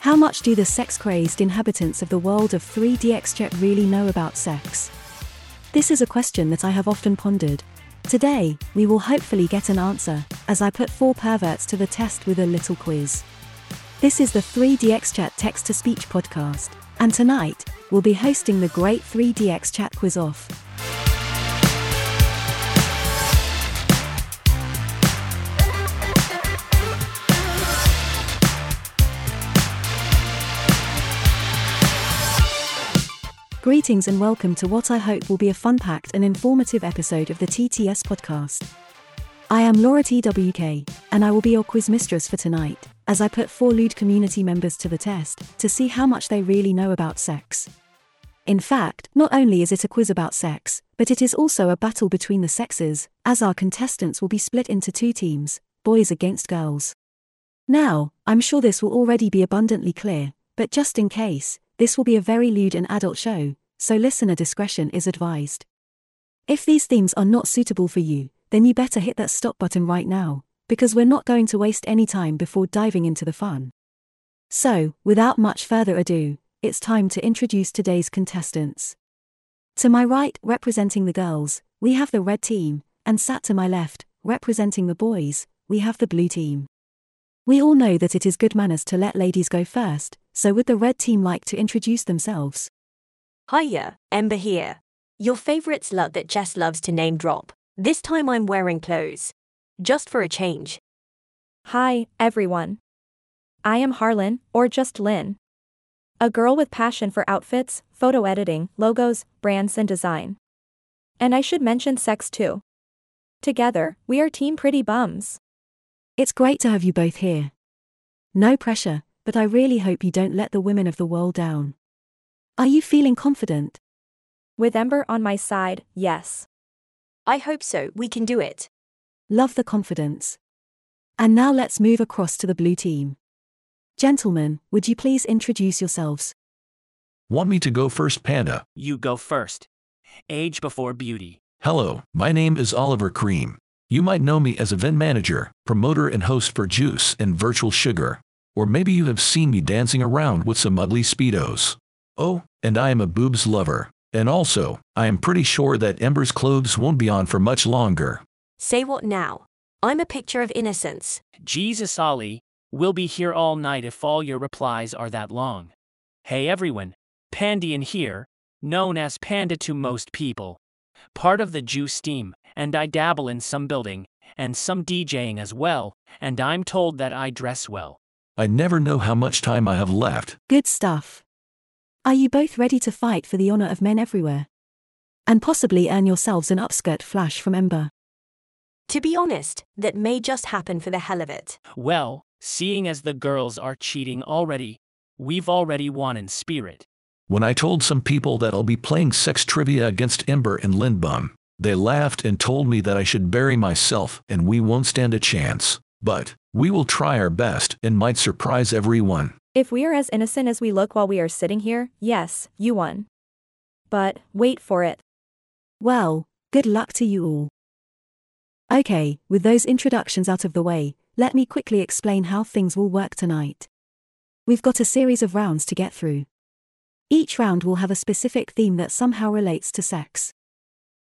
How much do the sex crazed inhabitants of the world of 3DX Czech really know about sex? This is a question that I have often pondered. Today, we will hopefully get an answer, as I put four perverts to the test with a little quiz. This is the 3DX Chat Text to Speech podcast, and tonight, we'll be hosting the great 3DX Chat Quiz Off. Greetings and welcome to what I hope will be a fun packed and informative episode of the TTS podcast. I am Laura TWK, and I will be your quiz mistress for tonight, as I put four lewd community members to the test to see how much they really know about sex. In fact, not only is it a quiz about sex, but it is also a battle between the sexes, as our contestants will be split into two teams boys against girls. Now, I'm sure this will already be abundantly clear, but just in case, this will be a very lewd and adult show, so listener discretion is advised. If these themes are not suitable for you, then you better hit that stop button right now, because we're not going to waste any time before diving into the fun. So, without much further ado, it's time to introduce today's contestants. To my right, representing the girls, we have the red team, and sat to my left, representing the boys, we have the blue team. We all know that it is good manners to let ladies go first, so would the red team like to introduce themselves? Hiya, Ember here. Your favorite slut that Jess loves to name drop. This time I'm wearing clothes. Just for a change. Hi, everyone. I am Harlan, or just Lynn. A girl with passion for outfits, photo editing, logos, brands, and design. And I should mention sex too. Together, we are Team Pretty Bums. It's great to have you both here. No pressure, but I really hope you don't let the women of the world down. Are you feeling confident? With Ember on my side, yes. I hope so, we can do it. Love the confidence. And now let's move across to the blue team. Gentlemen, would you please introduce yourselves? Want me to go first, Panda? You go first. Age before beauty. Hello, my name is Oliver Cream. You might know me as event manager, promoter, and host for Juice and Virtual Sugar. Or maybe you have seen me dancing around with some ugly Speedos. Oh, and I am a boobs lover. And also, I am pretty sure that Ember's clothes won't be on for much longer. Say what now? I'm a picture of innocence. Jesus Ollie, we'll be here all night if all your replies are that long. Hey everyone, Pandian here, known as Panda to most people. Part of the Juice team, and I dabble in some building, and some DJing as well, and I'm told that I dress well. I never know how much time I have left. Good stuff. Are you both ready to fight for the honor of men everywhere? And possibly earn yourselves an upskirt flash from Ember. To be honest, that may just happen for the hell of it. Well, seeing as the girls are cheating already, we've already won in spirit. When I told some people that I'll be playing sex trivia against Ember and Lindbum, they laughed and told me that I should bury myself and we won't stand a chance. But, we will try our best and might surprise everyone. If we are as innocent as we look while we are sitting here, yes, you won. But, wait for it. Well, good luck to you all. Okay, with those introductions out of the way, let me quickly explain how things will work tonight. We've got a series of rounds to get through. Each round will have a specific theme that somehow relates to sex.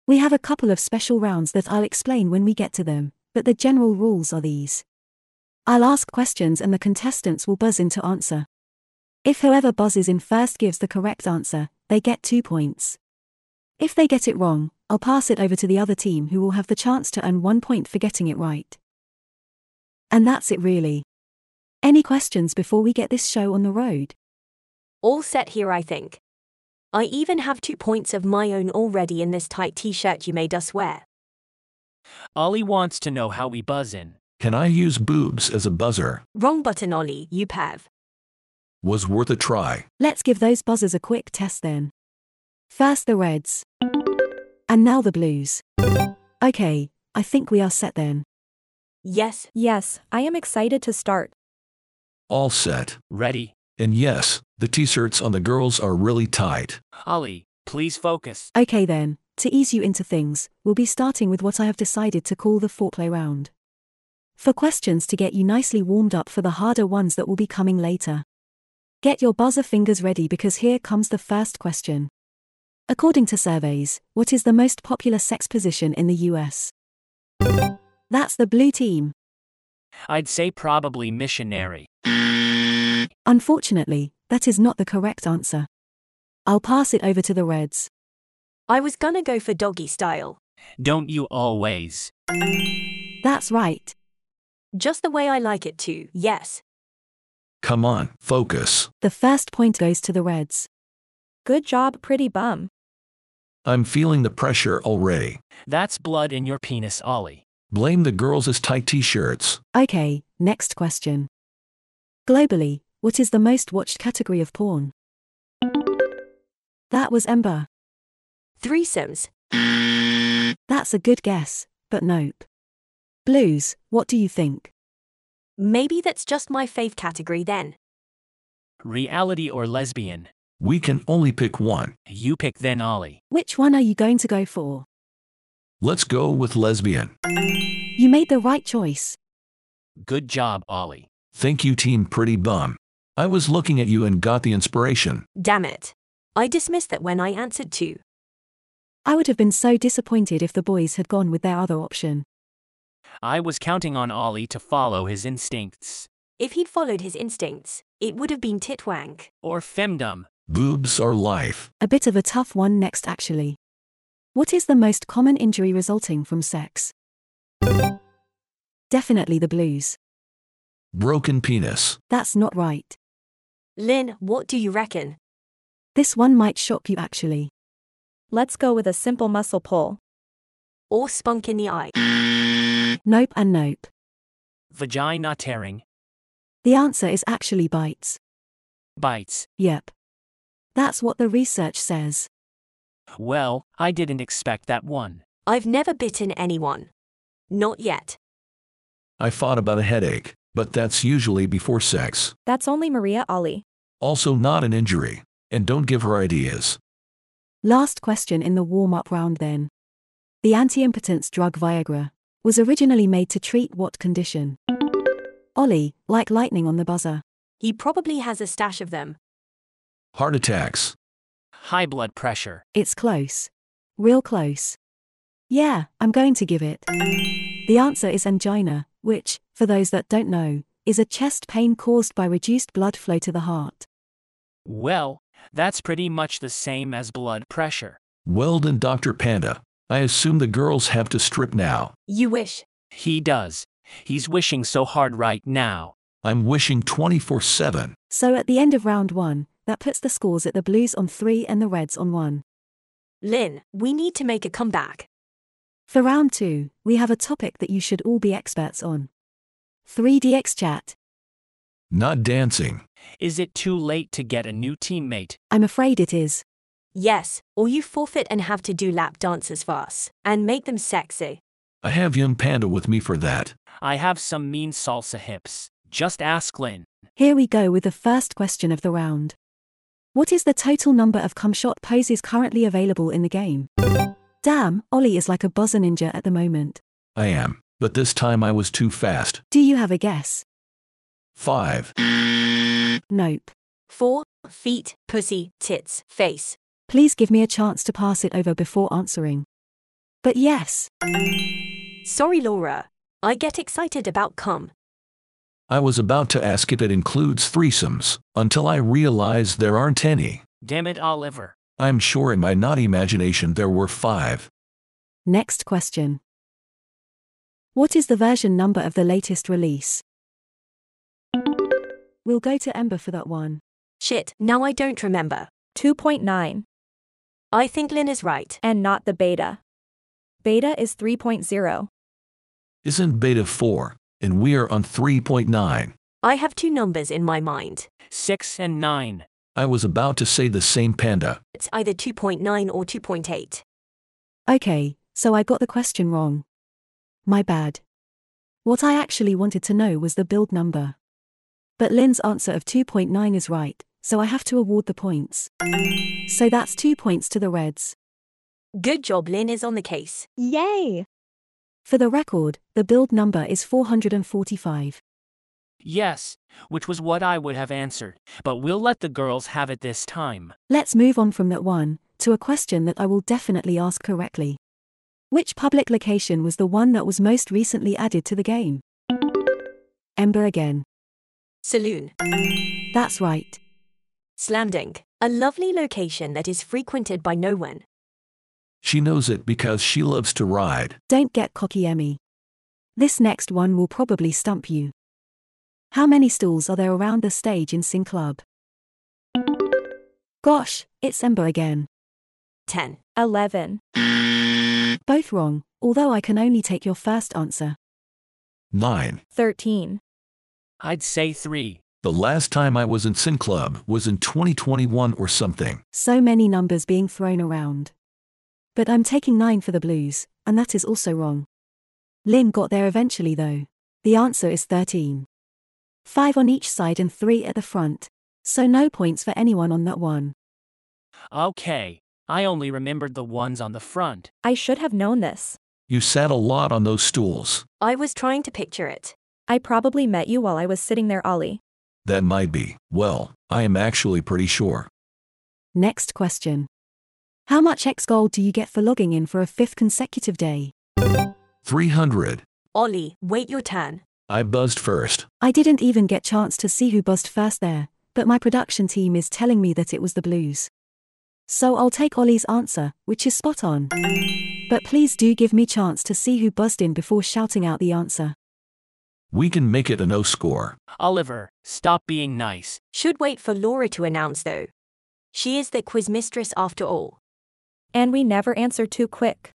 We have a couple of special rounds that I'll explain when we get to them, but the general rules are these. I'll ask questions and the contestants will buzz in to answer. If whoever buzzes in first gives the correct answer, they get two points. If they get it wrong, I'll pass it over to the other team who will have the chance to earn one point for getting it right. And that's it really. Any questions before we get this show on the road? All set here, I think. I even have two points of my own already in this tight t shirt you made us wear. Ollie wants to know how we buzz in. Can I use boobs as a buzzer? Wrong button, Ollie, you perv. Was worth a try. Let's give those buzzers a quick test then. First the reds. And now the blues. Okay, I think we are set then. Yes, Yes, I am excited to start. All set. Ready? And yes, the t shirts on the girls are really tight. Ollie, please focus. Okay then, to ease you into things, we'll be starting with what I have decided to call the foreplay round. For questions to get you nicely warmed up for the harder ones that will be coming later. Get your buzzer fingers ready because here comes the first question. According to surveys, what is the most popular sex position in the US? That's the blue team. I'd say probably missionary. Unfortunately, that is not the correct answer. I'll pass it over to the Reds. I was gonna go for doggy style. Don't you always? That's right. Just the way I like it too, yes. Come on, focus. The first point goes to the Reds. Good job, pretty bum. I'm feeling the pressure already. That's blood in your penis, Ollie. Blame the girls' as tight t shirts. Okay, next question. Globally, what is the most watched category of porn? That was Ember. Threesomes. That's a good guess, but nope. Blues, what do you think? Maybe that's just my fave category then. Reality or lesbian? We can only pick one. You pick then, Ollie. Which one are you going to go for? Let's go with lesbian. You made the right choice. Good job, Ollie. Thank you, team pretty bum. I was looking at you and got the inspiration. Damn it. I dismissed that when I answered two. I would have been so disappointed if the boys had gone with their other option. I was counting on Ollie to follow his instincts. If he'd followed his instincts, it would have been titwank. Or femdom. Boobs are life. A bit of a tough one next, actually. What is the most common injury resulting from sex? Definitely the blues. Broken penis. That's not right. Lynn, what do you reckon? This one might shock you, actually. Let's go with a simple muscle pull. Or spunk in the eye? Nope and nope. Vagina tearing. The answer is actually bites. Bites. Yep. That's what the research says. Well, I didn't expect that one. I've never bitten anyone. Not yet. I thought about a headache, but that's usually before sex. That's only Maria Ollie. Also, not an injury. And don't give her ideas. Last question in the warm up round then. The anti impotence drug Viagra was originally made to treat what condition? Ollie, like lightning on the buzzer. He probably has a stash of them. Heart attacks. High blood pressure. It's close. Real close. Yeah, I'm going to give it. The answer is angina, which, for those that don't know, is a chest pain caused by reduced blood flow to the heart. Well, that's pretty much the same as blood pressure. Well done, Dr. Panda. I assume the girls have to strip now. You wish. He does. He's wishing so hard right now. I'm wishing 24 7. So at the end of round one, that puts the scores at the Blues on three and the Reds on one. Lynn, we need to make a comeback. For round two, we have a topic that you should all be experts on 3DX chat. Not dancing. Is it too late to get a new teammate? I'm afraid it is. Yes, or you forfeit and have to do lap dances for us and make them sexy. I have young Panda with me for that. I have some mean salsa hips. Just ask Lynn. Here we go with the first question of the round. What is the total number of cum shot poses currently available in the game? Damn, Ollie is like a buzzer ninja at the moment. I am, but this time I was too fast. Do you have a guess? 5. Nope. Four feet, pussy, tits, face. Please give me a chance to pass it over before answering. But yes, Sorry, Laura. I get excited about cum. I was about to ask if it includes threesomes until I realized there aren't any. Damn it, Oliver. I'm sure in my naughty imagination there were five. next question. What is the version number of the latest release? We'll go to Ember for that one. Shit, now I don't remember. 2.9. I think Lynn is right. And not the beta. Beta is 3.0. Isn't beta 4, and we are on 3.9. I have two numbers in my mind. Six and nine. I was about to say the same panda. It's either 2.9 or 2.8. Okay, so I got the question wrong. My bad. What I actually wanted to know was the build number. But Lynn's answer of 2.9 is right, so I have to award the points. So that's two points to the Reds. Good job, Lynn is on the case. Yay! For the record, the build number is 445. Yes, which was what I would have answered, but we'll let the girls have it this time. Let's move on from that one to a question that I will definitely ask correctly. Which public location was the one that was most recently added to the game? Ember again. Saloon. That's right. Slam dunk. A lovely location that is frequented by no one. She knows it because she loves to ride. Don't get cocky, Emmy. This next one will probably stump you. How many stools are there around the stage in Sing Club? Gosh, it's Ember again. 10. 11. Both wrong, although I can only take your first answer. 9. 13. I'd say three. The last time I was in Sin Club was in 2021 or something. So many numbers being thrown around. But I'm taking 9 for the blues, and that is also wrong. Lynn got there eventually though. The answer is 13. 5 on each side and 3 at the front. So no points for anyone on that one. Okay, I only remembered the ones on the front. I should have known this. You sat a lot on those stools. I was trying to picture it. I probably met you while I was sitting there, Ollie. That might be. Well, I am actually pretty sure. Next question. How much X gold do you get for logging in for a fifth consecutive day? 300. Ollie, wait your turn. I buzzed first. I didn't even get chance to see who buzzed first there, but my production team is telling me that it was the blues. So I'll take Ollie's answer, which is spot on. But please do give me chance to see who buzzed in before shouting out the answer. We can make it a no score. Oliver, stop being nice. Should wait for Laura to announce though. She is the quiz mistress after all. And we never answer too quick.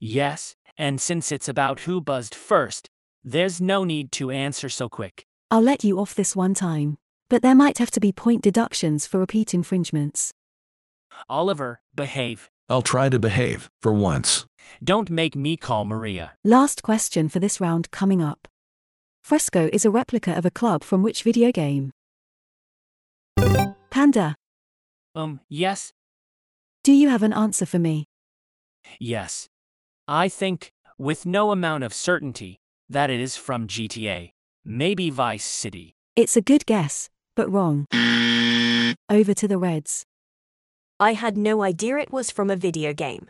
Yes, and since it's about who buzzed first, there's no need to answer so quick. I'll let you off this one time, but there might have to be point deductions for repeat infringements. Oliver, behave. I'll try to behave, for once. Don't make me call Maria. Last question for this round coming up. Fresco is a replica of a club from which video game? Panda, Um, yes, do you have an answer for me? yes. I think, with no amount of certainty, that it is from GTA. Maybe Vice City. It's a good guess, but wrong. Over to the Reds. I had no idea it was from a video game.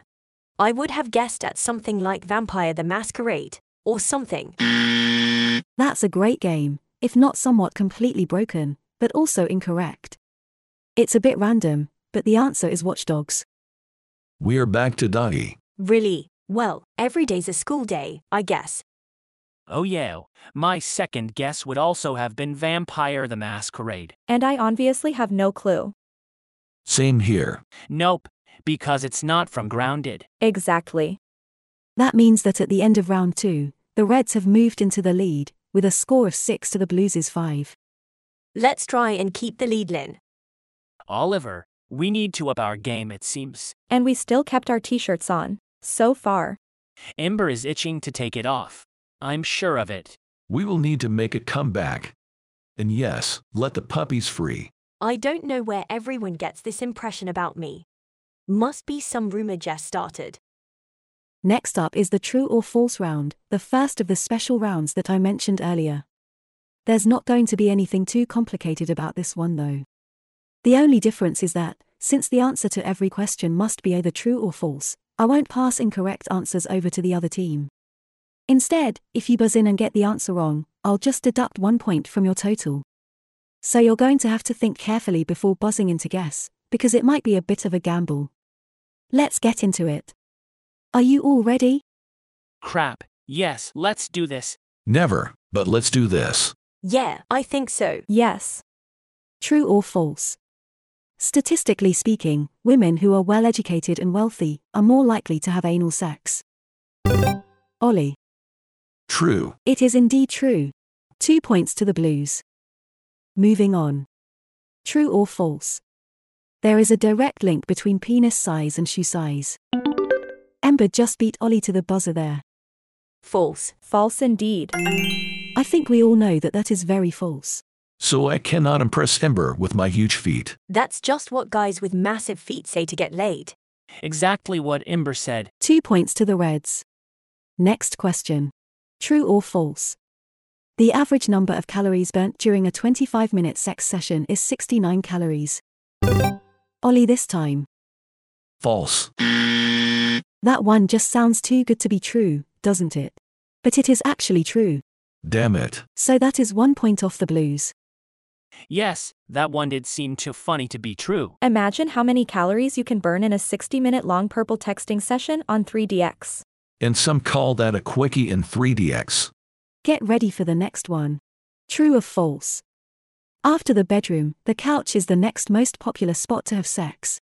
I would have guessed at something like Vampire the Masquerade, or something. That's a great game, if not somewhat completely broken, but also incorrect. It's a bit random, but the answer is Watchdogs. We are back to Dottie. Really? Well, every day's a school day, I guess. Oh yeah, my second guess would also have been Vampire the Masquerade. And I obviously have no clue. Same here. Nope, because it's not from Grounded. Exactly. That means that at the end of round two, the Reds have moved into the lead, with a score of 6 to the Blues' 5. Let's try and keep the lead, Lynn. Oliver, we need to up our game, it seems. And we still kept our t shirts on. So far. Ember is itching to take it off. I'm sure of it. We will need to make a comeback. And yes, let the puppies free. I don't know where everyone gets this impression about me. Must be some rumor Jess started. Next up is the true or false round, the first of the special rounds that I mentioned earlier. There's not going to be anything too complicated about this one though. The only difference is that, since the answer to every question must be either true or false, I won't pass incorrect answers over to the other team. Instead, if you buzz in and get the answer wrong, I'll just deduct one point from your total. So you're going to have to think carefully before buzzing in to guess, because it might be a bit of a gamble. Let's get into it. Are you all ready? Crap, yes, let's do this. Never, but let's do this. Yeah, I think so. Yes. True or false? Statistically speaking, women who are well educated and wealthy are more likely to have anal sex. Ollie, True. it is indeed true. Two points to the blues. Moving on. True or false? There is a direct link between penis size and shoe size. Ember just beat Ollie to the buzzer there. False. False indeed. I think we all know that that is very false. So I cannot impress Ember with my huge feet. That's just what guys with massive feet say to get laid. Exactly what Ember said. Two points to the Reds. Next question. True or false? The average number of calories burnt during a 25 minute sex session is 69 calories. Ollie, this time. False. That one just sounds too good to be true, doesn't it? But it is actually true. Damn it. So that is one point off the blues. Yes, that one did seem too funny to be true. Imagine how many calories you can burn in a 60 minute long purple texting session on 3DX. And some call that a quickie in 3DX. Get ready for the next one. True or false? After the bedroom, the couch is the next most popular spot to have sex.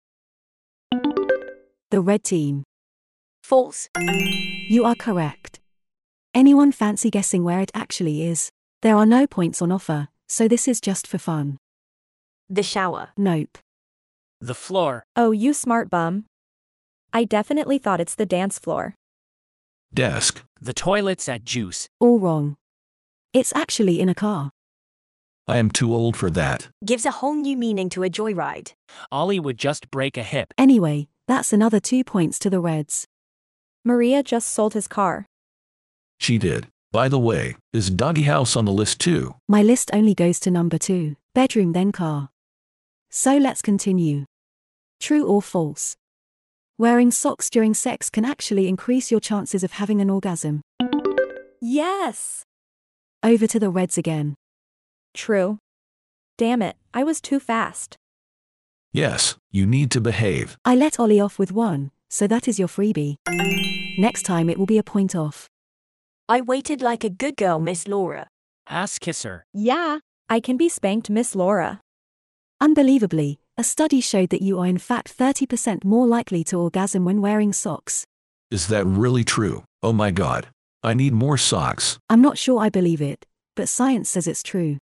The red team. False. You are correct. Anyone fancy guessing where it actually is? There are no points on offer, so this is just for fun. The shower. Nope. The floor. Oh, you smart bum. I definitely thought it's the dance floor. Desk. The toilets at Juice. All wrong. It's actually in a car. I am too old for that. Gives a whole new meaning to a joyride. Ollie would just break a hip. Anyway, that's another two points to the Reds. Maria just sold his car. She did. By the way, is Doggy House on the list too? My list only goes to number two bedroom, then car. So let's continue. True or false? Wearing socks during sex can actually increase your chances of having an orgasm. Yes! Over to the Reds again. True. Damn it, I was too fast. Yes, you need to behave. I let Ollie off with one, so that is your freebie. Next time it will be a point off. I waited like a good girl, Miss Laura. Ass kisser. Yeah. I can be spanked, Miss Laura. Unbelievably, a study showed that you are in fact 30% more likely to orgasm when wearing socks. Is that really true? Oh my god. I need more socks. I'm not sure I believe it, but science says it's true.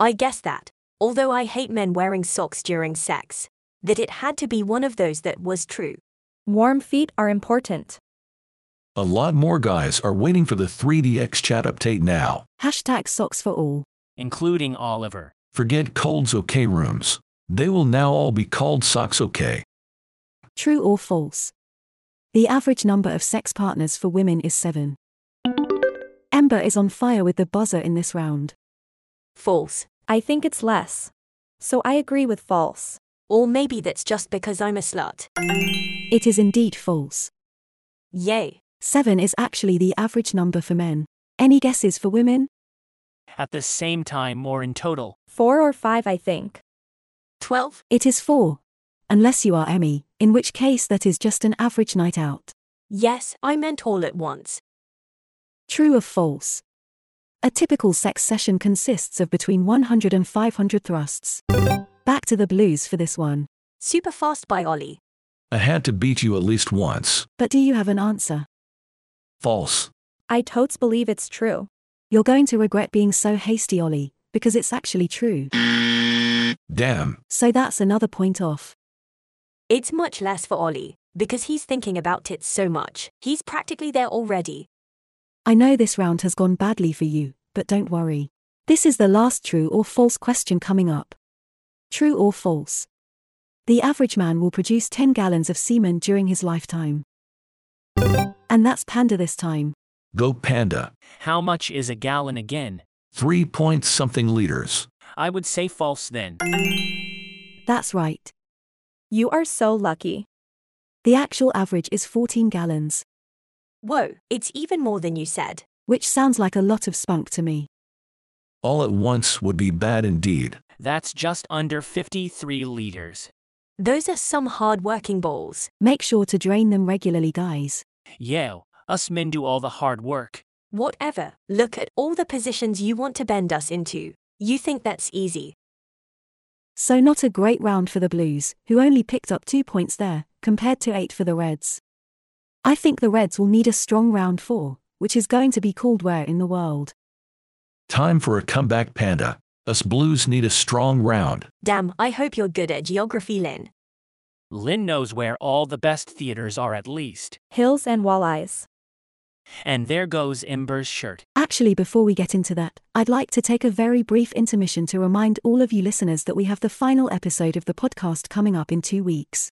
I guess that, although I hate men wearing socks during sex, that it had to be one of those that was true. Warm feet are important. A lot more guys are waiting for the 3DX chat update now. Hashtag socks for all. Including Oliver. Forget Cold's OK rooms. They will now all be called Socks OK. True or false? The average number of sex partners for women is seven. Ember is on fire with the buzzer in this round. False. I think it's less. So I agree with false. Or maybe that's just because I'm a slut. It is indeed false. Yay. Seven is actually the average number for men. Any guesses for women? At the same time, more in total. Four or five, I think. 12. It is four. Unless you are Emmy, in which case that is just an average night out. Yes, I meant all at once. True or false? A typical sex session consists of between 100 and 500 thrusts. Back to the blues for this one. Super fast by Ollie. I had to beat you at least once. But do you have an answer? False. I totes believe it's true. You're going to regret being so hasty, Ollie, because it's actually true. Damn. So that's another point off. It's much less for Ollie, because he's thinking about it so much. He's practically there already. I know this round has gone badly for you, but don't worry. This is the last true or false question coming up. True or false? The average man will produce 10 gallons of semen during his lifetime. And that's panda this time. Go Panda. How much is a gallon again? Three point something liters. I would say false then. That's right. You are so lucky. The actual average is 14 gallons, Whoa, it's even more than you said. which sounds like a lot of spunk to me. All at once would be bad indeed. That's just under 53 liters. Those are some hard working balls. Make sure to drain them regularly, guys. Yeah, us men do all the hard work. Whatever, look at all the positions you want to bend us into. You think that's easy. So, not a great round for the Blues, who only picked up two points there, compared to eight for the Reds. I think the Reds will need a strong round four, which is going to be called Where in the World. Time for a comeback, Panda. Us Blues need a strong round. Damn, I hope you're good at geography, Lynn. Lynn knows where all the best theaters are at least. Hills and walleyes. And there goes Ember's shirt. Actually, before we get into that, I'd like to take a very brief intermission to remind all of you listeners that we have the final episode of the podcast coming up in two weeks.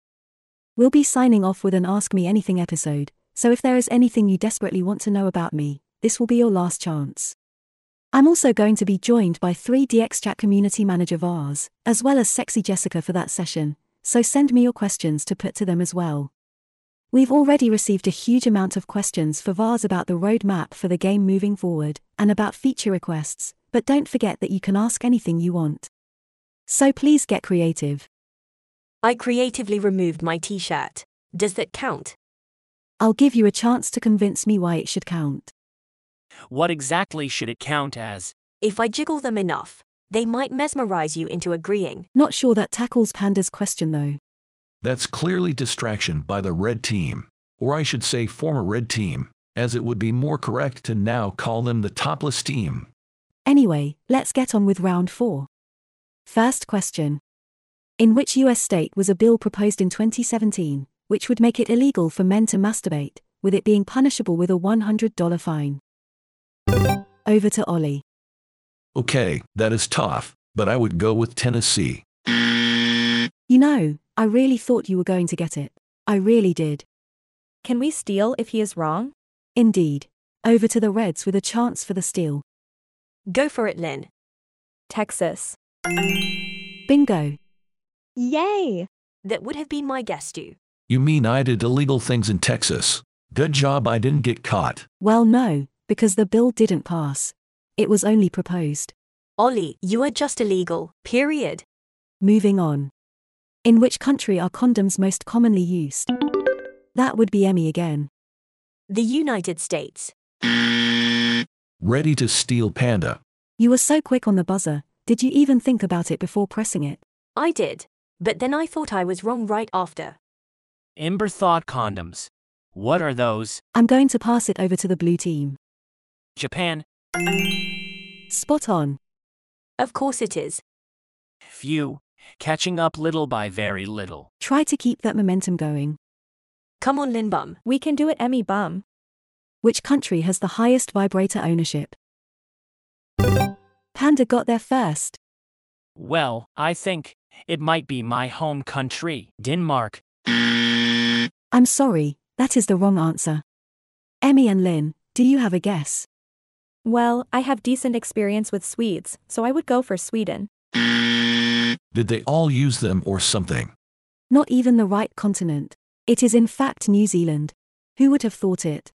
We'll be signing off with an Ask Me Anything episode, so if there is anything you desperately want to know about me, this will be your last chance. I'm also going to be joined by 3DX Chat community manager Vars, as well as Sexy Jessica for that session, so send me your questions to put to them as well. We've already received a huge amount of questions for Vars about the roadmap for the game moving forward, and about feature requests, but don't forget that you can ask anything you want. So please get creative. I creatively removed my t shirt. Does that count? I'll give you a chance to convince me why it should count. What exactly should it count as? If I jiggle them enough, they might mesmerize you into agreeing. Not sure that tackles Panda's question though. That's clearly distraction by the red team, or I should say former red team, as it would be more correct to now call them the topless team. Anyway, let's get on with round four. First question In which US state was a bill proposed in 2017, which would make it illegal for men to masturbate, with it being punishable with a $100 fine? Over to Ollie. Okay, that is tough, but I would go with Tennessee. You know, I really thought you were going to get it. I really did. Can we steal if he is wrong? Indeed. Over to the Reds with a chance for the steal. Go for it, Lynn. Texas. Bingo. Yay! That would have been my guess too. You mean I did illegal things in Texas? Good job I didn't get caught. Well, no, because the bill didn't pass. It was only proposed. Ollie, you are just illegal, period. Moving on. In which country are condoms most commonly used? That would be Emmy again. The United States. Ready to steal Panda. You were so quick on the buzzer, did you even think about it before pressing it? I did. But then I thought I was wrong right after. Ember thought condoms. What are those? I'm going to pass it over to the blue team. Japan. Spot on. Of course it is. Few. Catching up little by very little. Try to keep that momentum going. Come on, Lindbum. We can do it, Emmy Bum. Which country has the highest vibrator ownership? Panda got there first. Well, I think it might be my home country, Denmark. I'm sorry, that is the wrong answer. Emmy and Lynn, do you have a guess? Well, I have decent experience with Swedes, so I would go for Sweden. Did they all use them or something? Not even the right continent. It is in fact New Zealand. Who would have thought it?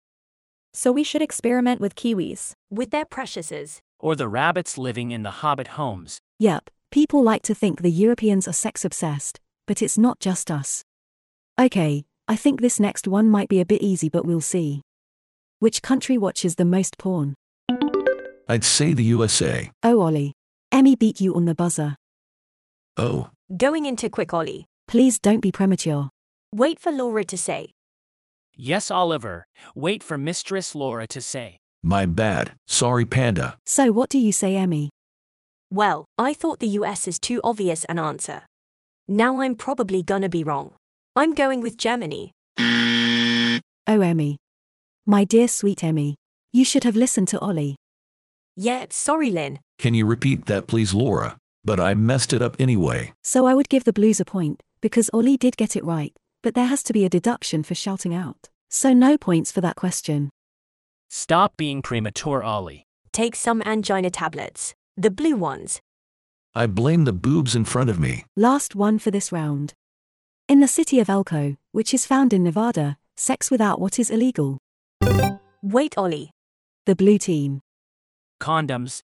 So we should experiment with Kiwis. With their preciouses. Or the rabbits living in the hobbit homes. Yep, people like to think the Europeans are sex obsessed, but it's not just us. Okay, I think this next one might be a bit easy, but we'll see. Which country watches the most porn? I'd say the USA. Oh, Ollie. Emmy beat you on the buzzer. Oh, Going into quick Ollie. Please don't be premature. Wait for Laura to say. Yes, Oliver. Wait for Mistress Laura to say. my bad. Sorry, Panda. So, what do you say, Emmy? Well, I thought the US is too obvious an answer. Now I'm probably gonna be wrong. I'm going with Germany. Oh, Emmy. My dear sweet Emmy. You should have listened to Ollie. Yeah, sorry, Lynn. Can you repeat that, please, Laura? But I messed it up anyway. So, I would give the Blues a point, because Ollie did get it right, but there has to be a deduction for shouting out. So, no points for that question. Stop being premature, Ollie. Take some angina tablets. The blue ones. I blame the boobs in front of me. Last one for this round. In the city of Elko, which is found in Nevada, sex without what is illegal. Wait, Ollie. The blue team. Condoms.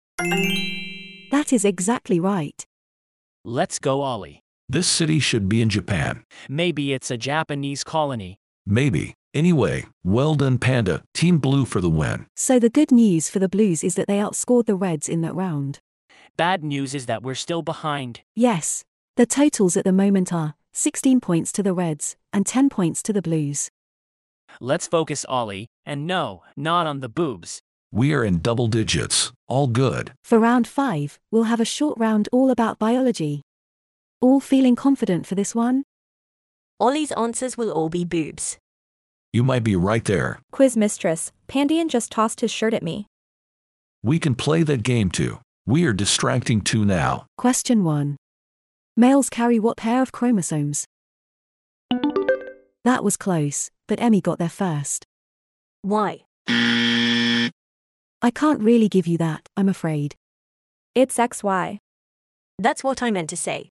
That is exactly right. Let's go, Ollie. This city should be in Japan. Maybe it's a Japanese colony. Maybe. Anyway, well done, Panda. Team Blue for the win. So the good news for the Blues is that they outscored the Reds in that round. Bad news is that we're still behind. Yes, the totals at the moment are 16 points to the Reds and 10 points to the Blues. Let's focus, Ollie, and no, not on the boobs. We are in double digits. All good. For round 5, we'll have a short round all about biology. All feeling confident for this one? Ollie's answers will all be boobs. You might be right there. Quiz mistress, Pandian just tossed his shirt at me. We can play that game too. We are distracting too now. Question 1. Males carry what pair of chromosomes? That was close, but Emmy got there first. Why? I can't really give you that, I'm afraid. It's XY. That's what I meant to say.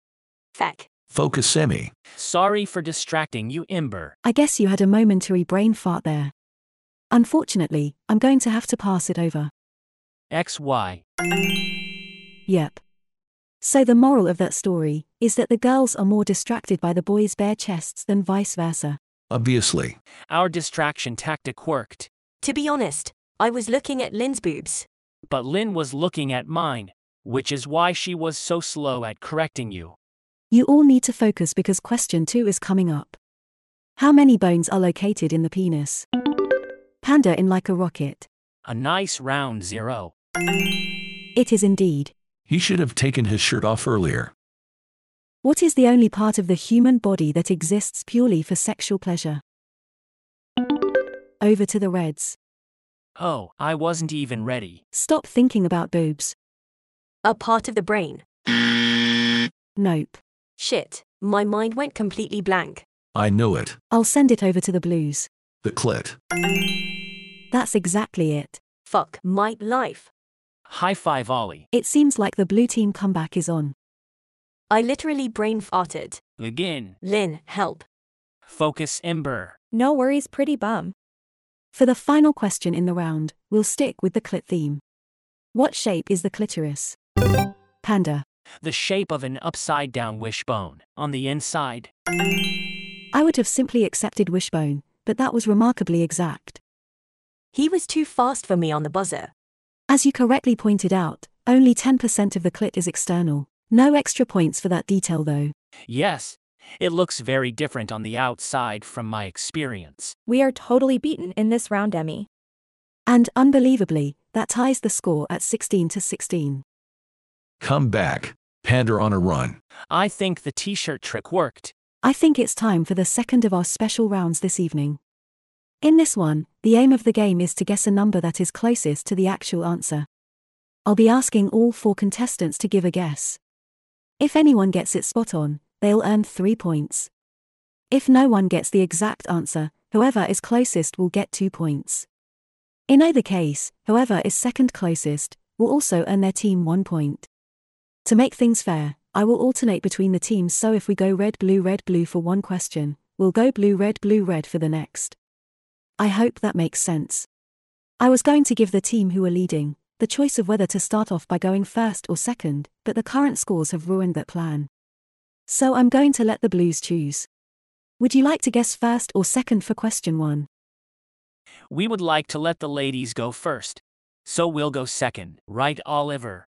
Feck. Focus semi. Sorry for distracting you, Imber. I guess you had a momentary brain fart there. Unfortunately, I'm going to have to pass it over. XY. Yep. So the moral of that story is that the girls are more distracted by the boys' bare chests than vice versa. Obviously. Our distraction tactic worked, To be honest, I was looking at Lynn's boobs. but Lynn was looking at mine, which is why she was so slow at correcting you. You all need to focus because question 2 is coming up. How many bones are located in the penis? Panda in like a rocket. A nice round zero. It is indeed. He should have taken his shirt off earlier. What is the only part of the human body that exists purely for sexual pleasure? Over to the Reds. Oh, I wasn't even ready. Stop thinking about boobs. A part of the brain. Nope. Shit, my mind went completely blank. I know it. I'll send it over to the Blues. The clit. That's exactly it. Fuck my life. High five, Ollie. It seems like the blue team comeback is on. I literally brain farted. Again. Lynn, help. Focus, Ember. No worries, pretty bum. For the final question in the round, we'll stick with the clit theme. What shape is the clitoris? Panda. The shape of an upside down wishbone. On the inside. I would have simply accepted wishbone, but that was remarkably exact. He was too fast for me on the buzzer. As you correctly pointed out, only 10% of the clit is external. No extra points for that detail though. Yes. It looks very different on the outside from my experience. We are totally beaten in this round, Emmy. And unbelievably, that ties the score at 16 to 16. Come back. Pander on a run. I think the t shirt trick worked. I think it's time for the second of our special rounds this evening. In this one, the aim of the game is to guess a number that is closest to the actual answer. I'll be asking all four contestants to give a guess. If anyone gets it spot on, they'll earn three points. If no one gets the exact answer, whoever is closest will get two points. In either case, whoever is second closest will also earn their team one point. To make things fair, I will alternate between the teams so if we go red blue red blue for one question, we'll go blue red blue red for the next. I hope that makes sense. I was going to give the team who are leading the choice of whether to start off by going first or second, but the current scores have ruined that plan. So I'm going to let the Blues choose. Would you like to guess first or second for question one? We would like to let the ladies go first. So we'll go second, right, Oliver?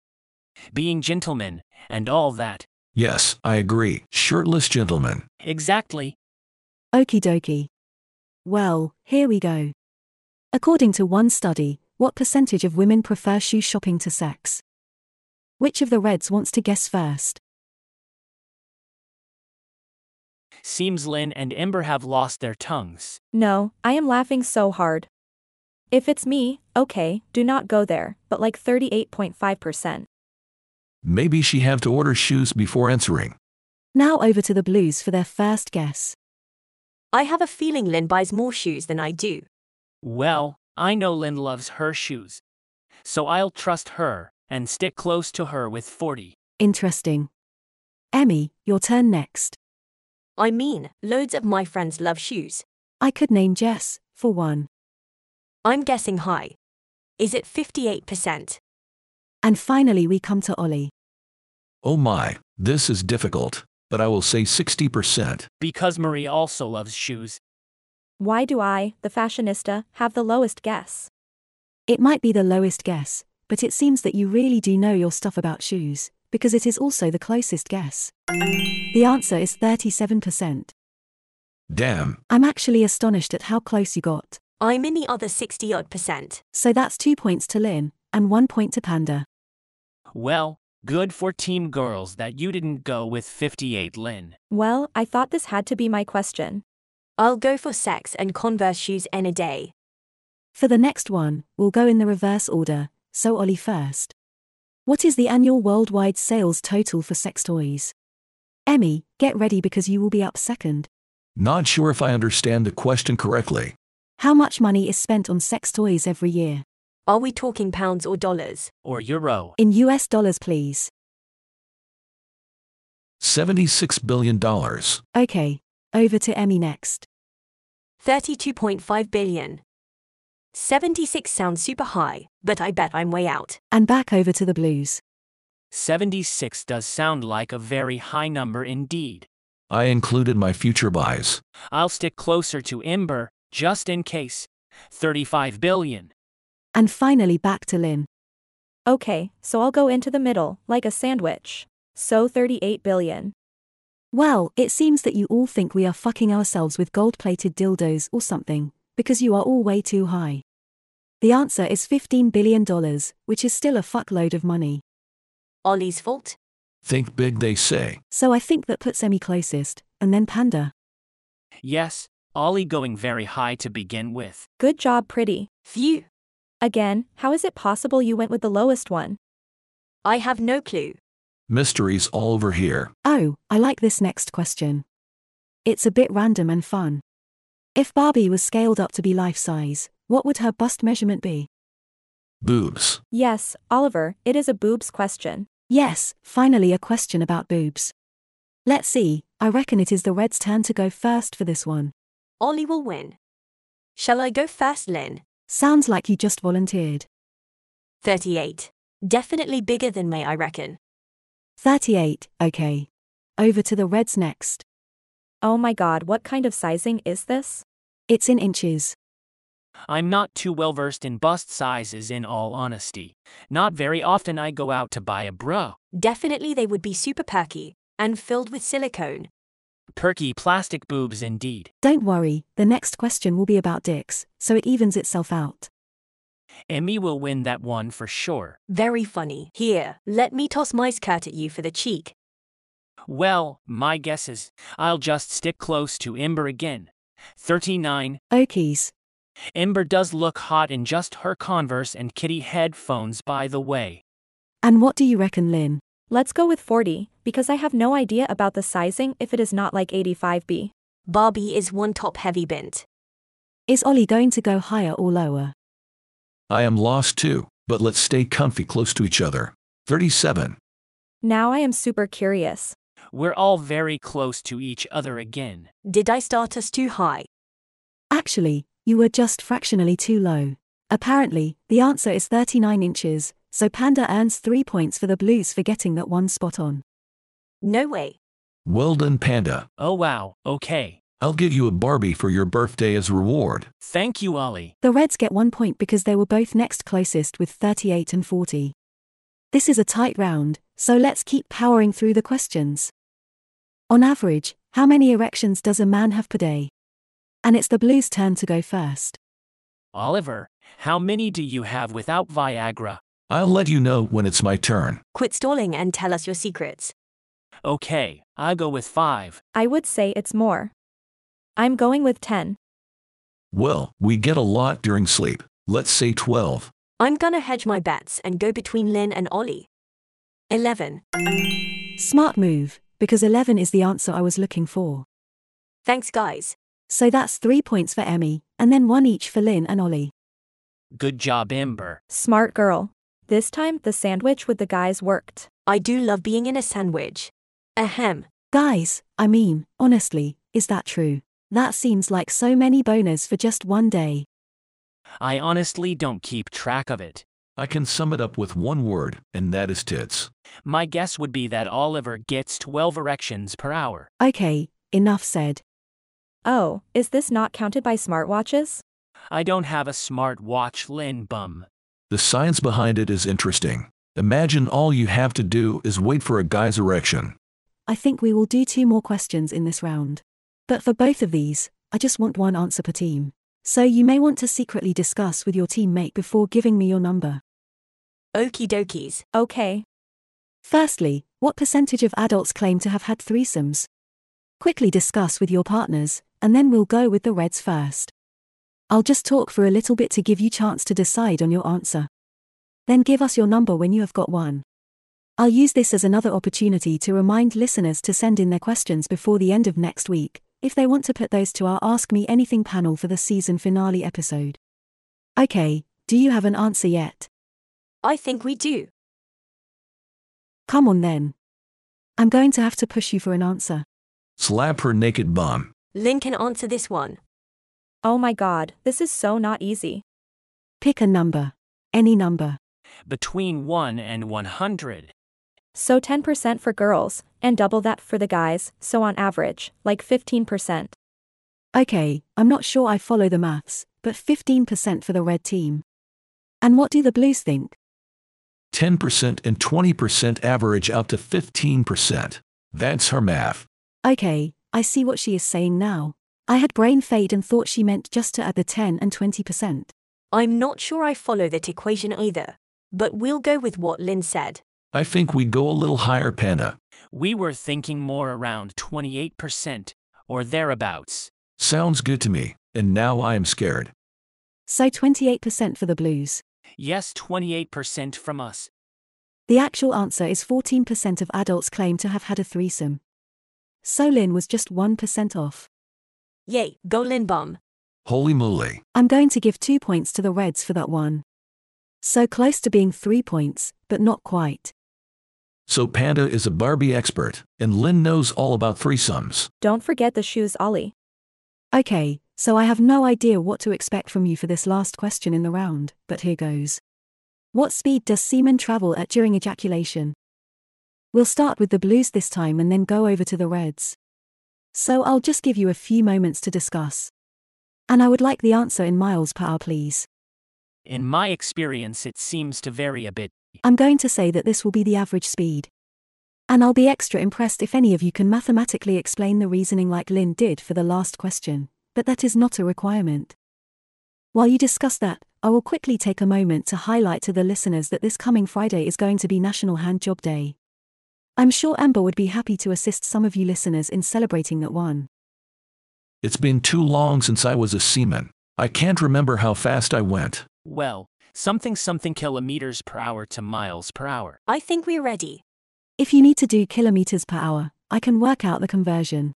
Being gentlemen, and all that. Yes, I agree. Shirtless gentleman. Exactly. Okie dokie. Well, here we go. According to one study, what percentage of women prefer shoe shopping to sex? Which of the Reds wants to guess first? Seems Lynn and Ember have lost their tongues. No, I am laughing so hard. If it's me, okay, do not go there, but like 38.5%. Maybe she have to order shoes before answering. Now over to the Blues for their first guess. I have a feeling Lynn buys more shoes than I do. Well, I know Lynn loves her shoes. So I'll trust her and stick close to her with 40. Interesting. Emmy, your turn next. I mean, loads of my friends love shoes. I could name Jess, for one, I'm guessing high. Is it 58%? and finally we come to Ollie. Oh my, this is difficult, but I will say 60%. Because Marie also loves shoes. Why do I, the fashionista, have the lowest guess? It might be the lowest guess, but it seems that you really do know your stuff about shoes, because it is also the closest guess. The answer is 37%. Damn. I'm actually astonished at how close you got. I'm in the other 60 odd percent. So that's two points to Lynn, and one point to Panda. Well, good for team girls that you didn't go with 58 Lynn. Well, I thought this had to be my question. I'll go for sex and Converse shoes any day. For the next one, we'll go in the reverse order, so Ollie first. What is the annual worldwide sales total for sex toys? Emmy, get ready because you will be up second. Not sure if I understand the question correctly. How much money is spent on sex toys every year? Are we talking pounds or dollars? or euro. In US dollars, please. $76 billion. Okay. Over to Emmy next. 32.5 billion. 76 sounds super high, but I bet I'm way out. And back over to the blues. 76 does sound like a very high number indeed. I included my future buys. I'll stick closer to Imber, just in case. 35 billion. And finally back to Lynn. Okay, so I'll go into the middle, like a sandwich. So 38 billion. Well, it seems that you all think we are fucking ourselves with gold plated dildos or something, because you are all way too high. The answer is $15 billion, which is still a fuckload of money. Ollie's fault? Think big, they say. So I think that puts Emmy closest, and then Panda. Yes, Ollie going very high to begin with. Good job, pretty. Phew. Again, how is it possible you went with the lowest one? I have no clue. Mysteries all over here. Oh, I like this next question. It's a bit random and fun. If Barbie was scaled up to be life size, what would her bust measurement be? Boobs. Yes, Oliver, it is a boobs question. Yes, finally a question about boobs. Let's see, I reckon it is the Reds' turn to go first for this one. Ollie will win. Shall I go first, Lynn? Sounds like you just volunteered. 38. Definitely bigger than May, I reckon. 38, okay. Over to the Reds next. Oh my god, what kind of sizing is this? It's in inches. I'm not too well versed in bust sizes, in all honesty. Not very often I go out to buy a bra. Definitely they would be super perky and filled with silicone. Perky plastic boobs indeed. Don't worry, the next question will be about dicks, so it evens itself out. Emmy will win that one for sure. Very funny. Here, let me toss my skirt at you for the cheek. Well, my guess is I'll just stick close to Ember again. 39. Okies. Ember does look hot in just her Converse and kitty headphones, by the way. And what do you reckon, Lynn? Let's go with 40, because I have no idea about the sizing if it is not like 85B. Barbie is one top heavy bent. Is Ollie going to go higher or lower? I am lost too, but let's stay comfy close to each other. 37. Now I am super curious. We're all very close to each other again. Did I start us too high? Actually, you were just fractionally too low. Apparently, the answer is 39 inches, so Panda earns 3 points for the Blues for getting that one spot on. No way. Well done, Panda. Oh wow, okay. I'll give you a Barbie for your birthday as reward. Thank you, Ollie. The Reds get one point because they were both next closest with 38 and 40. This is a tight round, so let's keep powering through the questions. On average, how many erections does a man have per day? And it's the Blues' turn to go first. Oliver, how many do you have without Viagra? I'll let you know when it's my turn. Quit stalling and tell us your secrets. Okay, I go with five. I would say it's more. I'm going with 10. Well, we get a lot during sleep. Let's say 12. I'm gonna hedge my bets and go between Lynn and Ollie. 11. Smart move, because 11 is the answer I was looking for. Thanks, guys. So that's three points for Emmy, and then one each for Lynn and Ollie. Good job, Ember. Smart girl. This time, the sandwich with the guys worked. I do love being in a sandwich. Ahem. Guys, I mean, honestly, is that true? That seems like so many boners for just one day. I honestly don't keep track of it. I can sum it up with one word, and that is tits. My guess would be that Oliver gets 12 erections per hour. Okay, enough said. Oh, is this not counted by smartwatches? I don't have a smart watch, Lynn Bum. The science behind it is interesting. Imagine all you have to do is wait for a guy's erection. I think we will do two more questions in this round. But for both of these, I just want one answer per team. So you may want to secretly discuss with your teammate before giving me your number. Okie dokies. Okay. Firstly, what percentage of adults claim to have had threesomes? Quickly discuss with your partners, and then we'll go with the reds first. I'll just talk for a little bit to give you chance to decide on your answer. Then give us your number when you have got one. I'll use this as another opportunity to remind listeners to send in their questions before the end of next week, if they want to put those to our Ask Me Anything panel for the season finale episode. Okay, Do you have an answer yet? I think we do. Come on then. I'm going to have to push you for an answer. Slap her naked bum. Lynn can answer this one. Oh my god, this is so not easy. Pick a number. Any number. Between 1 and 100. So 10% for girls, and double that for the guys, so on average, like 15%. Okay, I'm not sure I follow the maths, but 15% for the red team. And what do the blues think? 10% and 20% average up to 15%. That's her math. Okay, I see what she is saying now. I had brain fade and thought she meant just to add the 10 and 20%. I'm not sure I follow that equation either, but we'll go with what Lynn said. I think we go a little higher, Panda. We were thinking more around 28%, or thereabouts. Sounds good to me, and now I am scared. So 28% for the blues. Yes, 28% from us. The actual answer is 14% of adults claim to have had a threesome. So Lynn was just 1% off. Yay, go Lynn Bum. Holy moly. I'm going to give two points to the Reds for that one. So close to being three points, but not quite. So Panda is a Barbie expert, and Lynn knows all about threesomes. Don't forget the shoes, Ollie. Okay, so I have no idea what to expect from you for this last question in the round, but here goes. What speed does semen travel at during ejaculation? We'll start with the blues this time and then go over to the reds. So I'll just give you a few moments to discuss. And I would like the answer in miles per hour, please. In my experience, it seems to vary a bit. I'm going to say that this will be the average speed. And I'll be extra impressed if any of you can mathematically explain the reasoning like Lynn did for the last question, but that is not a requirement. While you discuss that, I will quickly take a moment to highlight to the listeners that this coming Friday is going to be National Hand Job Day. I'm sure Amber would be happy to assist some of you listeners in celebrating that one. It's been too long since I was a seaman. I can't remember how fast I went. Well, something something kilometers per hour to miles per hour. I think we're ready. If you need to do kilometers per hour, I can work out the conversion.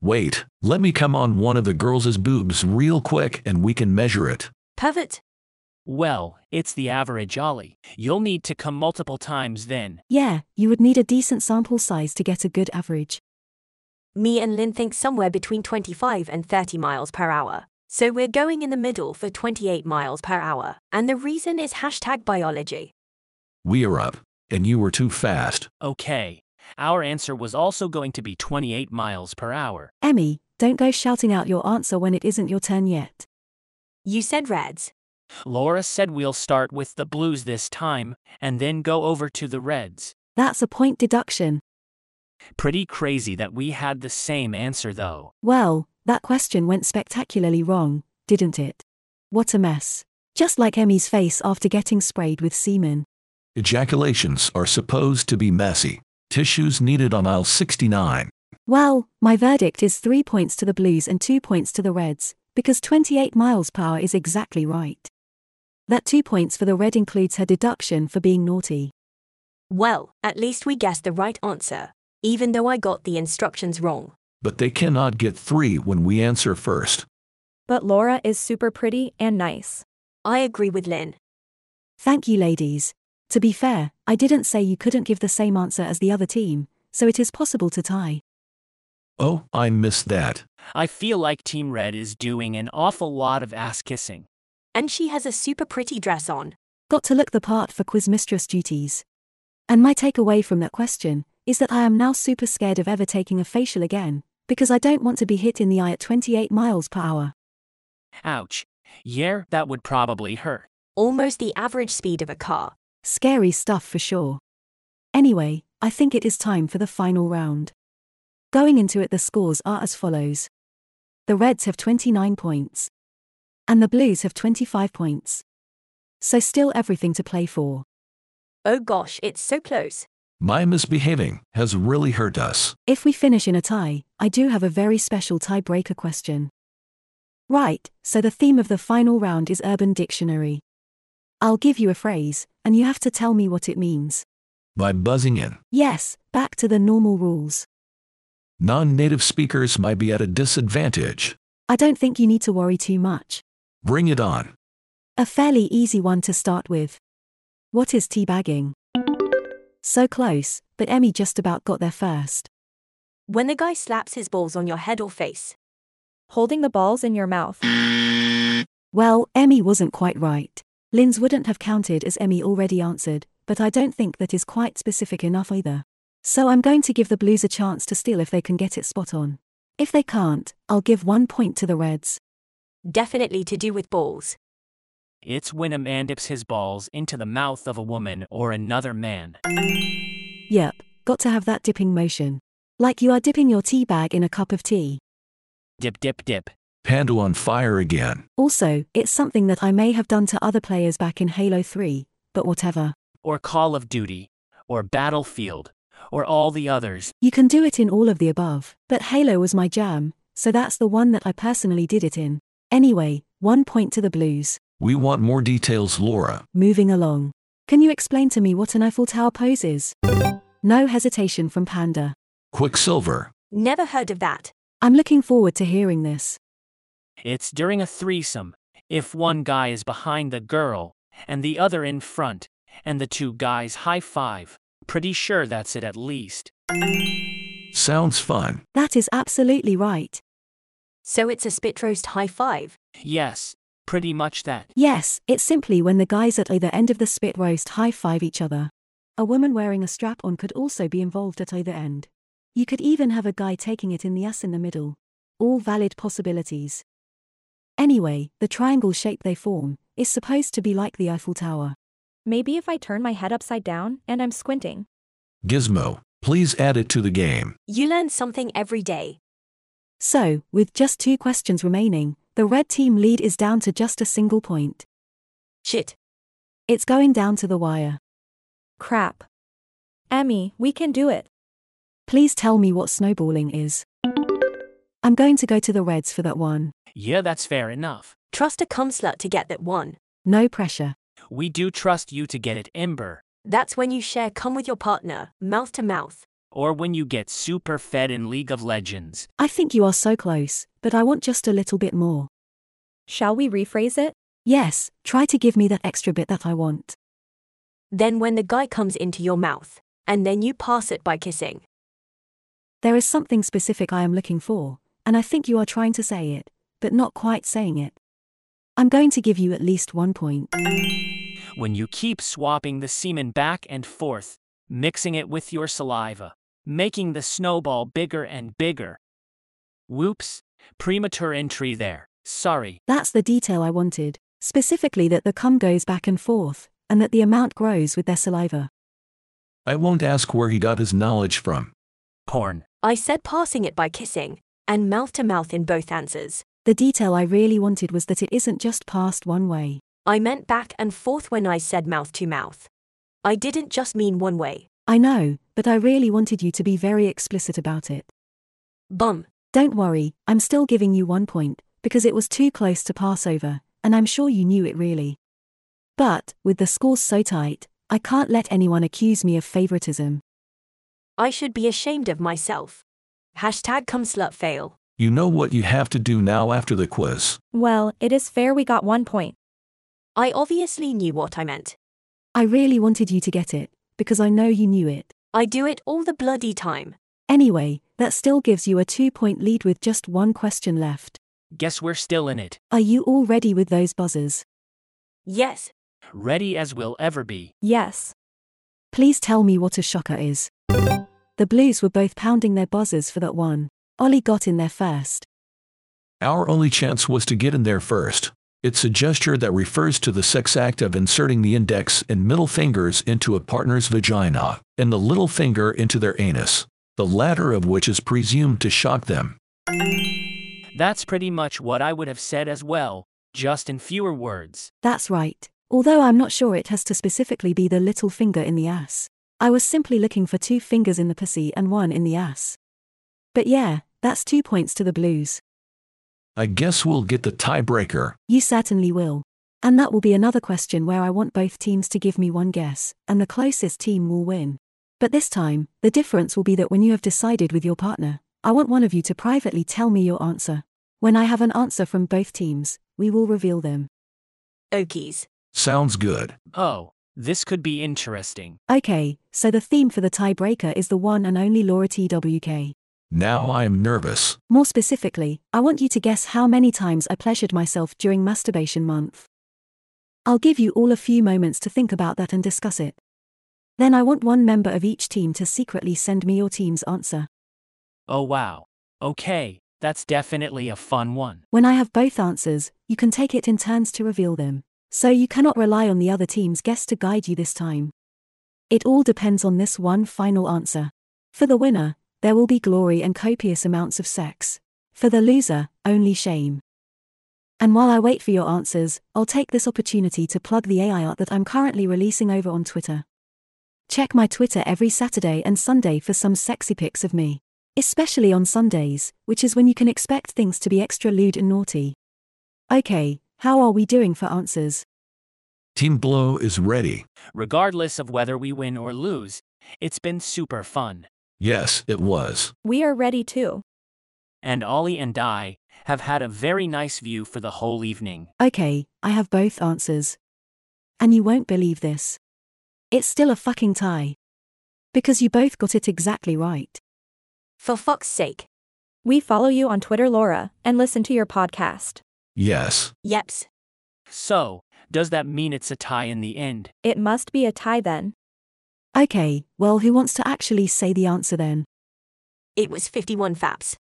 Wait, let me come on one of the girls' boobs real quick and we can measure it. Pervert, Well, it's the average Ollie. You'll need to come multiple times then. Yeah, you would need a decent sample size to get a good average. me and Lynn think somewhere between 25 and 30 miles per hour. So we're going in the middle for 28 miles per hour, and the reason is hashtag biology. We are up, and you were too fast. Okay. Our answer was also going to be 28 miles per hour. Emmy, don't go shouting out your answer when it isn't your turn yet. You said reds. Laura said we'll start with the blues this time, and then go over to the reds. That's a point deduction. Pretty crazy that we had the same answer though. Well, that question went spectacularly wrong, didn't it? What a mess. Just like Emmy's face after getting sprayed with semen. Ejaculations are supposed to be messy. Tissues needed on aisle 69. Well, my verdict is three points to the Blues and two points to the Reds, because 28 miles per hour is exactly right. That two points for the Red includes her deduction for being naughty. Well, at least we guessed the right answer, even though I got the instructions wrong. But they cannot get three when we answer first. But Laura is super pretty and nice. I agree with Lynn. Thank you, ladies. To be fair, I didn't say you couldn't give the same answer as the other team, so it is possible to tie. Oh, I missed that. I feel like Team Red is doing an awful lot of ass kissing. And she has a super pretty dress on. Got to look the part for quiz mistress duties. And my takeaway from that question is that I am now super scared of ever taking a facial again, because I don't want to be hit in the eye at 28 miles per hour. Ouch. Yeah, that would probably hurt. Almost the average speed of a car. Scary stuff for sure. Anyway, I think it is time for the final round. Going into it, the scores are as follows The Reds have 29 points, and the Blues have 25 points. So, still everything to play for. Oh gosh, it's so close. My misbehaving has really hurt us. If we finish in a tie, I do have a very special tiebreaker question. Right, so the theme of the final round is Urban Dictionary. I'll give you a phrase, and you have to tell me what it means. By buzzing in, Yes, back to the normal rules. non native speakers might be at a disadvantage. I don't think you need to worry too much. Bring it on. A fairly easy one to start with. What is teabagging? So close, but Emmy just about got there first. When the guy slaps his balls on your head or face. Holding the balls in your mouth. Well, Emmy wasn't quite right. Linz wouldn't have counted as Emmy already answered, but I don't think that is quite specific enough either. So I'm going to give the Blues a chance to steal if they can get it spot on. If they can't, I'll give one point to the Reds. Definitely to do with balls. It's when a man dips his balls into the mouth of a woman or another man. Yep, got to have that dipping motion. Like you are dipping your tea bag in a cup of tea. Dip, dip, dip. Panda on fire again. Also, it's something that I may have done to other players back in Halo 3, but whatever. Or Call of Duty. Or Battlefield. Or all the others. You can do it in all of the above, but Halo was my jam, so that's the one that I personally did it in. Anyway, one point to the Blues. We want more details, Laura. Moving along. Can you explain to me what an Eiffel Tower pose is? No hesitation from Panda. Quicksilver. Never heard of that. I'm looking forward to hearing this. It's during a threesome. If one guy is behind the girl, and the other in front, and the two guys high five, pretty sure that's it at least. Sounds fun. That is absolutely right. So it's a spit roast high five. Yes, pretty much that. Yes, it's simply when the guys at either end of the spit roast high five each other. A woman wearing a strap on could also be involved at either end. You could even have a guy taking it in the ass in the middle. All valid possibilities. Anyway, the triangle shape they form is supposed to be like the Eiffel Tower. Maybe if I turn my head upside down and I'm squinting. Gizmo, please add it to the game. You learn something every day. So, with just two questions remaining, the red team lead is down to just a single point. Shit. It's going down to the wire. Crap. Emmy, we can do it. Please tell me what snowballing is. I'm going to go to the Reds for that one. Yeah, that's fair enough. Trust a cum slut to get that one. No pressure. We do trust you to get it, Ember. That's when you share cum with your partner, mouth to mouth. Or when you get super fed in League of Legends. I think you are so close, but I want just a little bit more. Shall we rephrase it? Yes, try to give me that extra bit that I want. Then when the guy comes into your mouth, and then you pass it by kissing. There is something specific I am looking for, and I think you are trying to say it, but not quite saying it. I'm going to give you at least one point. When you keep swapping the semen back and forth, mixing it with your saliva, making the snowball bigger and bigger. Whoops, premature entry there. Sorry. That's the detail I wanted, specifically that the cum goes back and forth, and that the amount grows with their saliva. I won't ask where he got his knowledge from. Porn. I said passing it by kissing, and mouth to mouth in both answers. The detail I really wanted was that it isn't just passed one way. I meant back and forth when I said mouth to mouth. I didn't just mean one way. I know, but I really wanted you to be very explicit about it. Bum. Don't worry, I'm still giving you one point, because it was too close to pass over, and I'm sure you knew it really. But, with the scores so tight, I can't let anyone accuse me of favoritism. I should be ashamed of myself. Hashtag cum slut fail. You know what you have to do now after the quiz. Well, it is fair we got one point. I obviously knew what I meant. I really wanted you to get it, because I know you knew it. I do it all the bloody time. Anyway, that still gives you a two point lead with just one question left. Guess we're still in it. Are you all ready with those buzzers? Yes, Ready as we'll ever be. Yes. Please tell me what a shocker is. The Blues were both pounding their buzzers for that one. Ollie got in there first. Our only chance was to get in there first. It's a gesture that refers to the sex act of inserting the index and middle fingers into a partner's vagina and the little finger into their anus, the latter of which is presumed to shock them. That's pretty much what I would have said as well, just in fewer words. That's right. Although I'm not sure it has to specifically be the little finger in the ass. I was simply looking for two fingers in the pussy and one in the ass. But yeah, that's two points to the Blues. I guess we'll get the tiebreaker. You certainly will. And that will be another question where I want both teams to give me one guess, and the closest team will win. But this time, the difference will be that when you have decided with your partner, I want one of you to privately tell me your answer. When I have an answer from both teams, we will reveal them. Okies. Sounds good. Oh, this could be interesting. Okay, so the theme for the tiebreaker is the one and only Laura TWK. Now I am nervous. More specifically, I want you to guess how many times I pleasured myself during masturbation month. I'll give you all a few moments to think about that and discuss it. Then I want one member of each team to secretly send me your team's answer. Oh wow. Okay, that's definitely a fun one. When I have both answers, you can take it in turns to reveal them. So you cannot rely on the other team's guess to guide you this time. It all depends on this one final answer. For the winner, there will be glory and copious amounts of sex. For the loser, only shame. And while I wait for your answers, I'll take this opportunity to plug the AI art that I'm currently releasing over on Twitter. Check my Twitter every Saturday and Sunday for some sexy pics of me. Especially on Sundays, which is when you can expect things to be extra lewd and naughty. Okay, how are we doing for answers? Team Blow is ready. Regardless of whether we win or lose, it's been super fun. Yes, it was. We are ready too. And Ollie and I have had a very nice view for the whole evening. Okay, I have both answers. And you won't believe this. It's still a fucking tie. Because you both got it exactly right. For fuck's sake. We follow you on Twitter, Laura, and listen to your podcast. Yes. Yeps. So, does that mean it's a tie in the end? It must be a tie then. Okay, well, who wants to actually say the answer then? It was 51 faps.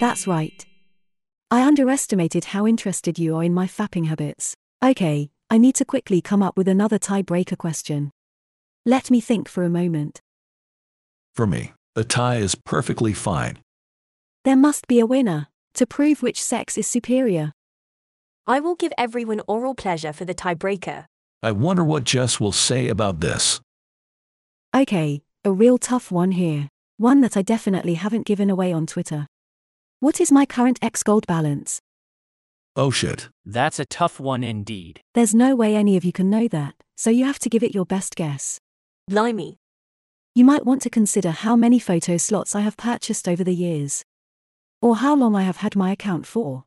That's right. I underestimated how interested you are in my fapping habits. Okay, I need to quickly come up with another tiebreaker question. Let me think for a moment. For me, a tie is perfectly fine. There must be a winner to prove which sex is superior. I will give everyone oral pleasure for the tiebreaker. I wonder what Jess will say about this. Okay, a real tough one here. One that I definitely haven't given away on Twitter. What is my current X gold balance? Oh shit. That's a tough one indeed. There's no way any of you can know that, so you have to give it your best guess. Blimey. You might want to consider how many photo slots I have purchased over the years. Or how long I have had my account for.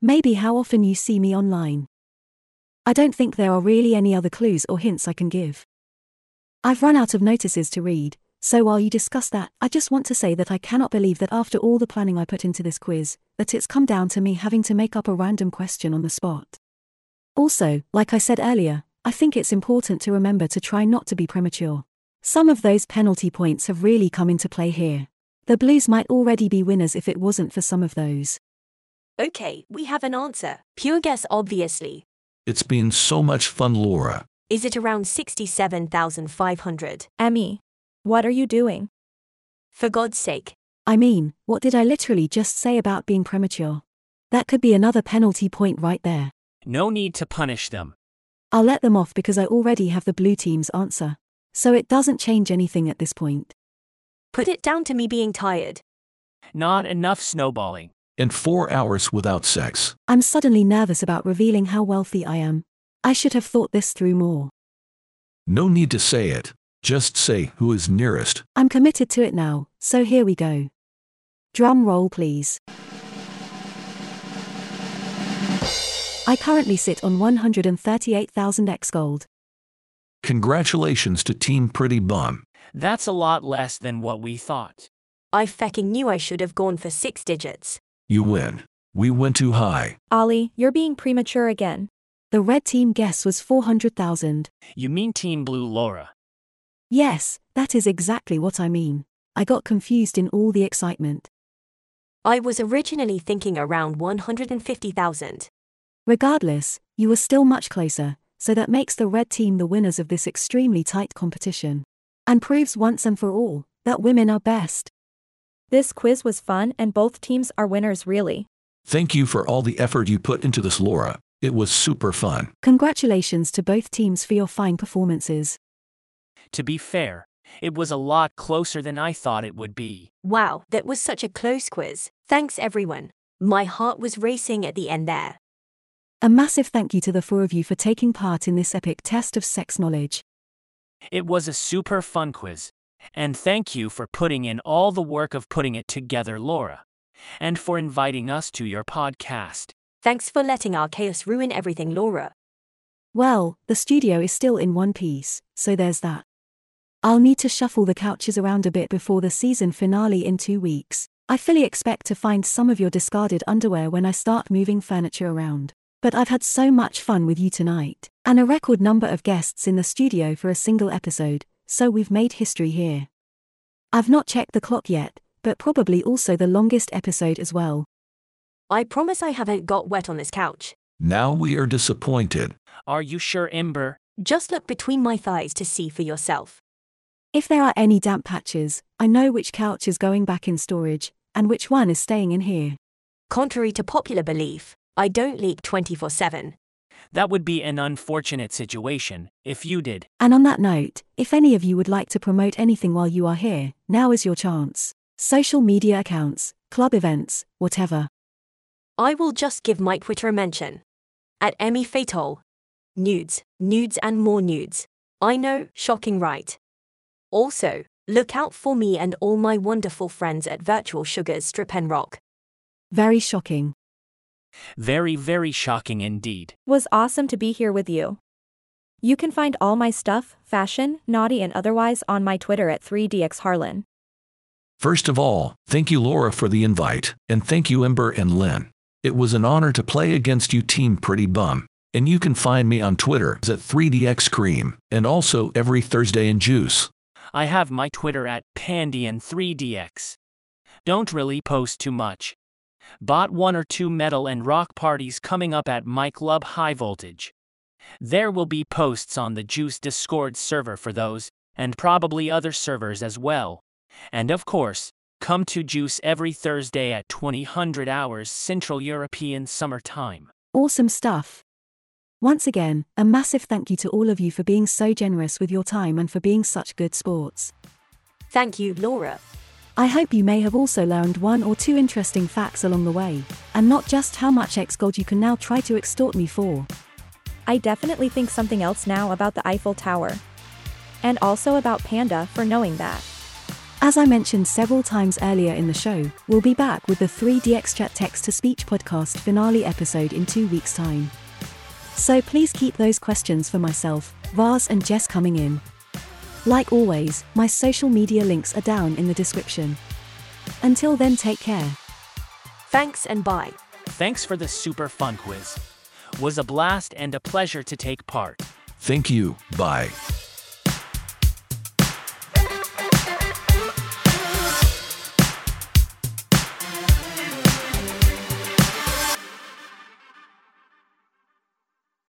Maybe how often you see me online. I don't think there are really any other clues or hints I can give. I've run out of notices to read, so while you discuss that, I just want to say that I cannot believe that after all the planning I put into this quiz, that it's come down to me having to make up a random question on the spot. Also, like I said earlier, I think it's important to remember to try not to be premature. Some of those penalty points have really come into play here. The Blues might already be winners if it wasn't for some of those. Okay, we have an answer. Pure guess, obviously. It's been so much fun, Laura. Is it around 67,500? Emmy. What are you doing? For God's sake. I mean, what did I literally just say about being premature? That could be another penalty point right there. No need to punish them. I'll let them off because I already have the blue team's answer. So it doesn't change anything at this point. Put it down to me being tired. Not enough snowballing. And four hours without sex. I'm suddenly nervous about revealing how wealthy I am. I should have thought this through more. No need to say it. Just say who is nearest. I'm committed to it now, so here we go. Drum roll, please. I currently sit on 138,000 X gold. Congratulations to Team Pretty Bum. That's a lot less than what we thought. I fecking knew I should have gone for six digits. You win. We went too high. Ollie, you're being premature again. The red team guess was 400,000. You mean Team Blue Laura. Yes, that is exactly what I mean. I got confused in all the excitement. I was originally thinking around 150,000. Regardless, you were still much closer, so that makes the red team the winners of this extremely tight competition. And proves once and for all that women are best. This quiz was fun and both teams are winners, really. Thank you for all the effort you put into this, Laura. It was super fun. Congratulations to both teams for your fine performances. To be fair, it was a lot closer than I thought it would be. Wow, that was such a close quiz. Thanks, everyone. My heart was racing at the end there. A massive thank you to the four of you for taking part in this epic test of sex knowledge. It was a super fun quiz. And thank you for putting in all the work of putting it together, Laura. And for inviting us to your podcast. Thanks for letting our chaos ruin everything, Laura. Well, the studio is still in one piece, so there's that. I'll need to shuffle the couches around a bit before the season finale in two weeks. I fully expect to find some of your discarded underwear when I start moving furniture around. But I've had so much fun with you tonight, and a record number of guests in the studio for a single episode, so we've made history here. I've not checked the clock yet, but probably also the longest episode as well. I promise I haven't got wet on this couch. Now we are disappointed. Are you sure, Ember? Just look between my thighs to see for yourself. If there are any damp patches, I know which couch is going back in storage, and which one is staying in here. Contrary to popular belief, I don't leak 24 7. That would be an unfortunate situation if you did. And on that note, if any of you would like to promote anything while you are here, now is your chance. Social media accounts, club events, whatever. I will just give my Twitter a mention. At Emmy Fatol. Nudes, nudes, and more nudes. I know, shocking, right? Also, look out for me and all my wonderful friends at Virtual Sugars Strip and Rock. Very shocking. Very, very shocking indeed. Was awesome to be here with you. You can find all my stuff, fashion, naughty and otherwise on my Twitter at 3dxharlan. First of all, thank you, Laura, for the invite, and thank you, Ember and Lynn. It was an honor to play against you, Team Pretty Bum. And you can find me on Twitter at 3DXCream, and also every Thursday in Juice. I have my Twitter at Pandian3dx. Don't really post too much. Bought one or two metal and rock parties coming up at my club High Voltage. There will be posts on the Juice Discord server for those, and probably other servers as well. And of course, come to Juice every Thursday at 2000 hours Central European Summer Time. Awesome stuff. Once again, a massive thank you to all of you for being so generous with your time and for being such good sports. Thank you, Laura. I hope you may have also learned one or two interesting facts along the way, and not just how much ex gold you can now try to extort me for. I definitely think something else now about the Eiffel Tower. And also about Panda for knowing that. As I mentioned several times earlier in the show, we'll be back with the 3DX Chat Text to Speech podcast finale episode in two weeks' time. So please keep those questions for myself, Vaz, and Jess coming in. Like always, my social media links are down in the description. Until then, take care. Thanks and bye. Thanks for the super fun quiz. Was a blast and a pleasure to take part. Thank you, bye.